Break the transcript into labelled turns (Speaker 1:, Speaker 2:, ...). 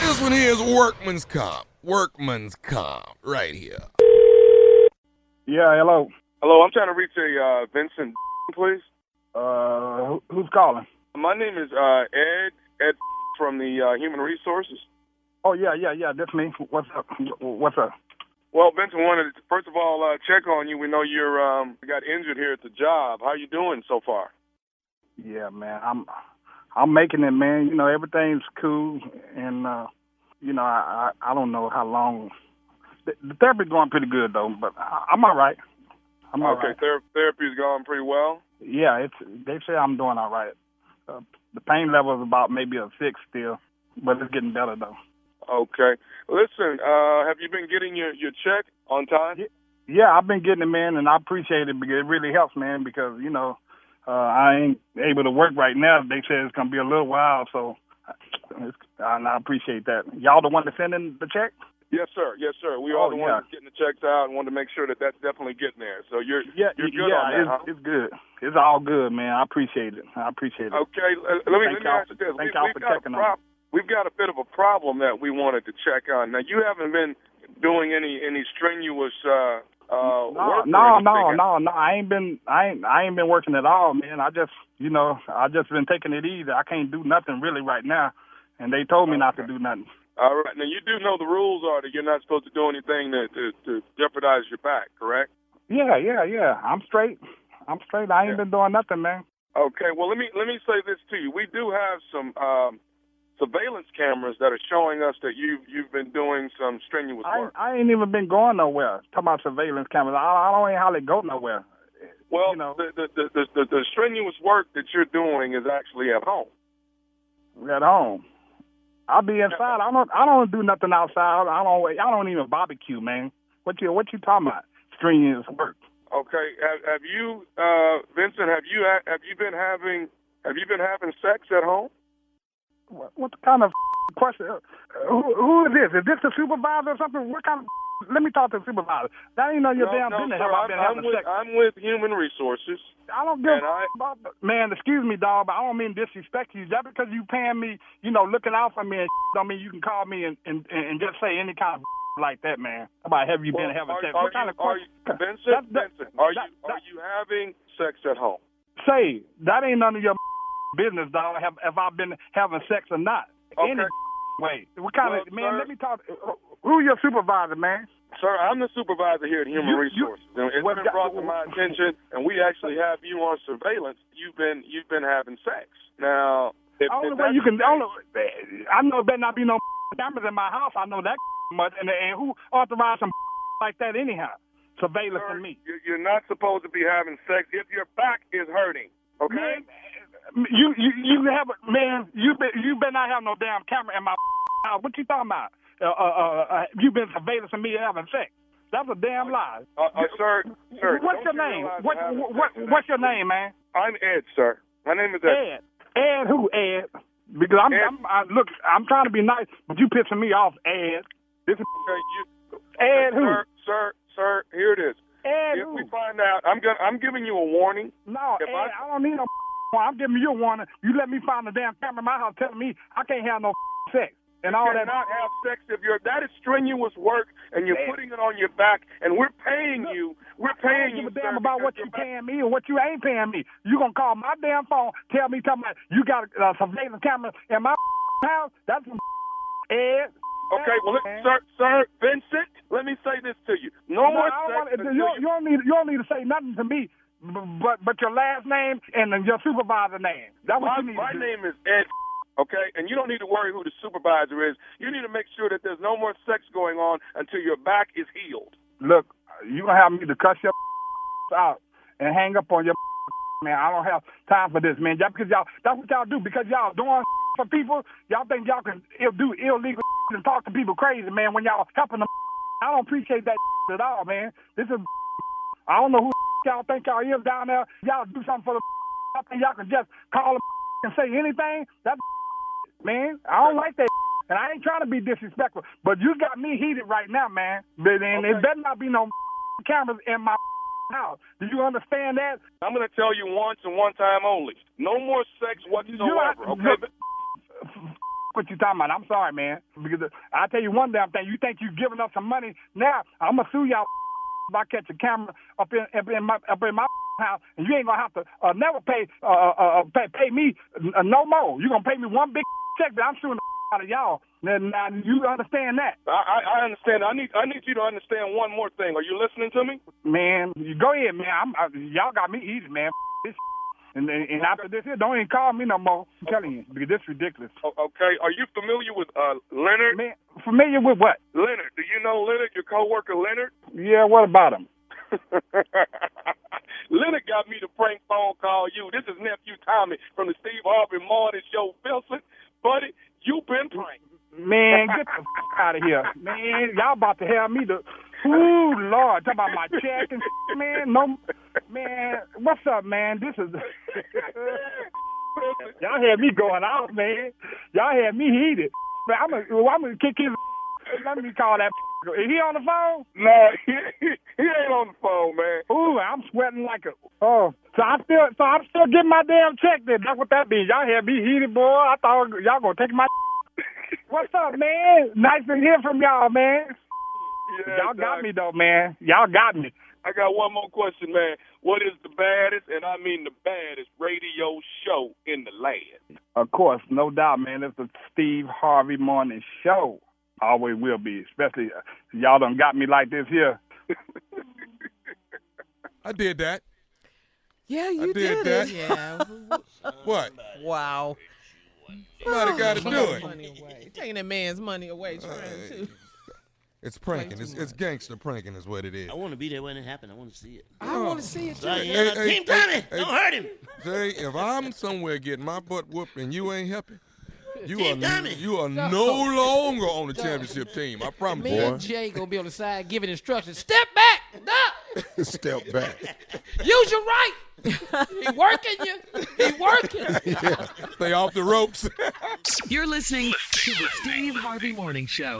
Speaker 1: This one here is workman's comp. Workman's comp, right here.
Speaker 2: Yeah, hello.
Speaker 3: Hello, I'm trying to reach a uh, Vincent, please.
Speaker 2: Uh, who, who's calling?
Speaker 3: My name is uh, Ed Ed from the uh, Human Resources.
Speaker 2: Oh yeah, yeah, yeah. That's me. What's up? What's up?
Speaker 3: Well, Vincent wanted to first of all uh, check on you. We know you're um, got injured here at the job. How you doing so far?
Speaker 2: Yeah, man. I'm I'm making it, man. You know everything's cool, and uh, you know I, I I don't know how long. The, the therapy's going pretty good though, but I, I'm all right. I'm all
Speaker 3: okay,
Speaker 2: right.
Speaker 3: ther- therapy's going pretty well.
Speaker 2: Yeah, it's they say I'm doing all right. Uh, the pain level is about maybe a six still, but it's getting better though.
Speaker 3: Okay. Listen, uh, have you been getting your, your check on time?
Speaker 2: Yeah, I've been getting it, man, and I appreciate it because it really helps, man. Because you know, uh, I ain't able to work right now. They said it's gonna be a little while, so it's, and I appreciate that. Y'all the one that's sending the check?
Speaker 3: Yes, sir. Yes, sir. We
Speaker 2: Oh,
Speaker 3: are the
Speaker 2: yeah.
Speaker 3: ones that's getting the checks out and want to make sure that that's definitely getting there. So you're
Speaker 2: Yeah,
Speaker 3: you're good
Speaker 2: yeah,
Speaker 3: on that.
Speaker 2: it's,
Speaker 3: huh?
Speaker 2: it's good. It's all good, man. I appreciate it. I appreciate it.
Speaker 3: Okay, l- let me,
Speaker 2: Thank
Speaker 3: let me
Speaker 2: y'all-
Speaker 3: ask you this.
Speaker 2: thank
Speaker 3: we,
Speaker 2: y'all
Speaker 3: we've
Speaker 2: for
Speaker 3: got
Speaker 2: checking
Speaker 3: a
Speaker 2: on
Speaker 3: prob- We've got a bit of a problem that we wanted to check on. Now, you haven't been doing any any strenuous uh, uh,
Speaker 2: No,
Speaker 3: work. or
Speaker 2: no, no,
Speaker 3: anything.
Speaker 2: no, no. I ain't been, I ain't, I ain't been working at all, man. I just, you know, I just been taking it easy. I can't do nothing really right now, and they told me not to
Speaker 3: Okay.
Speaker 2: do nothing.
Speaker 3: All right. Now, you do know the rules are that you're not supposed to do anything to, to, to jeopardize your back, correct?
Speaker 2: Yeah, yeah, yeah. I'm straight. I'm straight. I ain't
Speaker 3: Yeah.
Speaker 2: been doing nothing, man.
Speaker 3: Okay. Well, let me let me say this to you. We do have some um, surveillance cameras that are showing us that you've you've been doing some strenuous
Speaker 2: I,
Speaker 3: work.
Speaker 2: I ain't even been going nowhere. Talking about surveillance cameras. I, I don't even hardly go nowhere.
Speaker 3: Well,
Speaker 2: you know.
Speaker 3: the, the, the, the, the, the strenuous work that you're doing is actually at home.
Speaker 2: at home. I be inside. I don't. I don't do nothing outside. I don't. I don't even barbecue, man. What you What you talking about? Strenuous work.
Speaker 3: Okay. Have, have you, uh, Vincent? Have you have you been having have you been having sex at home?
Speaker 2: What, what kind of question? Uh, Who, who is this? Is this the supervisor or something? What kind of? Let me talk to the supervisor. That ain't none of your damn
Speaker 3: no,
Speaker 2: business.
Speaker 3: sir,
Speaker 2: Have I
Speaker 3: I'm,
Speaker 2: been
Speaker 3: I'm
Speaker 2: having
Speaker 3: with
Speaker 2: sex?
Speaker 3: I'm with Human Resources.
Speaker 2: I don't give a
Speaker 3: and I-
Speaker 2: about the- man. Excuse me, dog, but I don't mean disrespect you. Just because you paying me, you know, looking out for me, and don't mean you can call me and and, and just say any kind of like that, man. About have you
Speaker 3: Well,
Speaker 2: been having
Speaker 3: are,
Speaker 2: sex?
Speaker 3: are
Speaker 2: what kind
Speaker 3: you,
Speaker 2: of
Speaker 3: are
Speaker 2: question?
Speaker 3: you, Vincent?
Speaker 2: That- that-
Speaker 3: Vincent, are you
Speaker 2: that-
Speaker 3: are
Speaker 2: that-
Speaker 3: you having sex at home?
Speaker 2: Say that ain't none of your business, dog. Have have I been having sex or not?
Speaker 3: Okay.
Speaker 2: Any way? What kind of
Speaker 3: Well,
Speaker 2: man?
Speaker 3: sir-
Speaker 2: Let me talk. Who your supervisor, man?
Speaker 3: Sir, I'm the supervisor here at Human
Speaker 2: You- you-
Speaker 3: Resources. and it's
Speaker 2: Well,
Speaker 3: been
Speaker 2: that-
Speaker 3: brought to my attention, and we actually have you on surveillance. You've been you've been having sex. Now, if,
Speaker 2: only
Speaker 3: if
Speaker 2: way
Speaker 3: that's
Speaker 2: you can.
Speaker 3: the
Speaker 2: Only, I know there better not be no cameras in my house. I know that much. And, and who authorized some like that anyhow? Surveillance
Speaker 3: Sir,
Speaker 2: and me.
Speaker 3: you- You're not supposed to be having sex if your back is hurting. Okay.
Speaker 2: Man, you you you have a man. You be, you better not have no damn camera in my house. What you talking about? Uh, uh, uh, you been surveillance and me having sex? That's a damn lie.
Speaker 3: Uh, uh, sir, sir.
Speaker 2: what's your
Speaker 3: don't you
Speaker 2: name?
Speaker 3: realize
Speaker 2: What
Speaker 3: I haven't
Speaker 2: what, what
Speaker 3: said that?
Speaker 2: what's your name, man?
Speaker 3: I'm Ed, sir. My name is Ed.
Speaker 2: Ed. Ed who? Ed. Because I'm,
Speaker 3: Ed.
Speaker 2: I'm I, look. I'm trying to be nice, but you pissing me off, Ed. This is
Speaker 3: Okay, you,
Speaker 2: Ed who?
Speaker 3: Sir, sir, sir, here it is.
Speaker 2: Ed
Speaker 3: if
Speaker 2: who?
Speaker 3: we find out, I'm gonna, I'm giving you a warning.
Speaker 2: No,
Speaker 3: If
Speaker 2: Ed,
Speaker 3: I-
Speaker 2: I, don't need no. Well, I'm giving you a warning. You let me find the damn camera in my house telling me I can't have no sex and all
Speaker 3: you
Speaker 2: that.
Speaker 3: cannot have sex if you're that is strenuous work, and you're
Speaker 2: Ed.
Speaker 3: putting it on your back, and we're paying
Speaker 2: Look,
Speaker 3: you. We're
Speaker 2: I
Speaker 3: paying
Speaker 2: don't give a
Speaker 3: you.
Speaker 2: damn
Speaker 3: sir,
Speaker 2: about
Speaker 3: because
Speaker 2: what you
Speaker 3: your back-
Speaker 2: paying me or what you ain't paying me. You gonna call my damn phone, tell me, tell me you got a uh, surveillance camera in my house? That's some Ed.
Speaker 3: Okay, well,
Speaker 2: Man.
Speaker 3: let, sir, sir, Vincent, let me say this to you. No
Speaker 2: No, I
Speaker 3: more
Speaker 2: don't
Speaker 3: sex
Speaker 2: wanna- you,
Speaker 3: until you-
Speaker 2: you don't need you don't need to say nothing to me, b- but but your last name and then your supervisor name. That's what
Speaker 3: My,
Speaker 2: you need
Speaker 3: my
Speaker 2: to do.
Speaker 3: name is Ed. Okay, and you don't need to worry who the supervisor is. You need to make sure that there's no more sex going on until your back is healed.
Speaker 2: Look, you gonna have me to cuss your out and hang up on your man. I don't have time for this, man. Y'all, because y'all that's what y'all do because y'all doing for people. Y'all think y'all can ill- do illegal and talk to people crazy, man. When y'all helping them, I don't appreciate that at all, man. This is I don't know who y'all think y'all is down there. Y'all do something for the. I think y'all can just call them and say anything. That man, I don't like that. And I ain't trying to be disrespectful, but you got me heated right now, man. But then
Speaker 3: Okay.
Speaker 2: it better not be no cameras in my house. Do you understand that?
Speaker 3: I'm going to tell you once and one time only. No more sex
Speaker 2: You don't have
Speaker 3: whatsoever.
Speaker 2: to-
Speaker 3: Okay,
Speaker 2: look, what you talking about. I'm sorry, man. Because I tell you one damn thing. You think you giving us some money now? I'm gonna sue y'all if I catch a camera up in up in my up in my house, and you ain't gonna have to uh, never pay uh, uh, uh, pay pay me uh, no more. You gonna pay me one big check, but I'm suing the out of y'all. Now, now you understand that,
Speaker 3: I, I I understand. I need I need you to understand one more thing. Are you listening to me?
Speaker 2: man? You go ahead, man. I'm, I, y'all got me easy, man. This and, and and after this, here, don't even call me no more. I'm telling you, because this ridiculous.
Speaker 3: O- Okay. Are you familiar with uh, Leonard?
Speaker 2: Man, familiar with what?
Speaker 3: Leonard, do you know Leonard? Your coworker Leonard?
Speaker 2: Yeah, what about him?
Speaker 3: Leonard got me to prank phone call you. This is nephew Tommy from the Steve Harvey Morning Show. Wilson, buddy, you been pranked.
Speaker 2: Man, get the f- out of here. Man, y'all about to have me to. Ooh, Lord. Talk about my check and s- man. No, man. What's up, man? This is. y'all had me going out, man. Y'all had me heated. Man, I'm gonna, I'm gonna kick his. Let me call that. Is he on the phone?
Speaker 3: No, he, he, he ain't on the phone, man.
Speaker 2: Ooh, I'm sweating like a. Oh, so I still, so I'm still getting my damn check. Then that's what that means. Y'all had me heated, boy. I thought y'all gonna take my. What's up, man? Nice to hear from y'all, man.
Speaker 3: Yeah,
Speaker 2: Y'all got
Speaker 3: dog.
Speaker 2: me though, man. Y'all got me.
Speaker 3: I got one more question, man. What is the baddest, and I mean the baddest, radio show in the land?
Speaker 2: Of course, no doubt, man. It's the Steve Harvey Morning Show. Always will be, especially uh, y'all done got me like this here.
Speaker 1: I did that.
Speaker 4: Yeah, you did,
Speaker 1: did that.
Speaker 4: it. Yeah.
Speaker 1: What?
Speaker 4: wow.
Speaker 1: Somebody got to do
Speaker 4: Taking
Speaker 1: it.
Speaker 4: money away. Taking a man's money away, trying to.
Speaker 1: It's pranking. It's, it's gangster pranking is what it is.
Speaker 5: I want to be there when it happened. I want to see it.
Speaker 4: I want to see it too.
Speaker 5: Right,
Speaker 1: Hey,
Speaker 5: yeah,
Speaker 1: hey,
Speaker 5: now,
Speaker 1: hey,
Speaker 5: Team Tommy,
Speaker 1: hey, hey.
Speaker 5: don't hurt him.
Speaker 1: Jay, if I'm somewhere getting my butt whooped and you ain't helping, you
Speaker 5: Team
Speaker 1: are
Speaker 5: Tommy.
Speaker 1: you are no longer on the championship team. I promise
Speaker 6: Me
Speaker 1: you.
Speaker 6: and Jay gonna be on the side giving instructions. Step back, no,
Speaker 7: Step back.
Speaker 6: use your right. He working you. He working.
Speaker 1: Stay off the ropes.
Speaker 8: You're listening to the Steve Harvey Morning Show.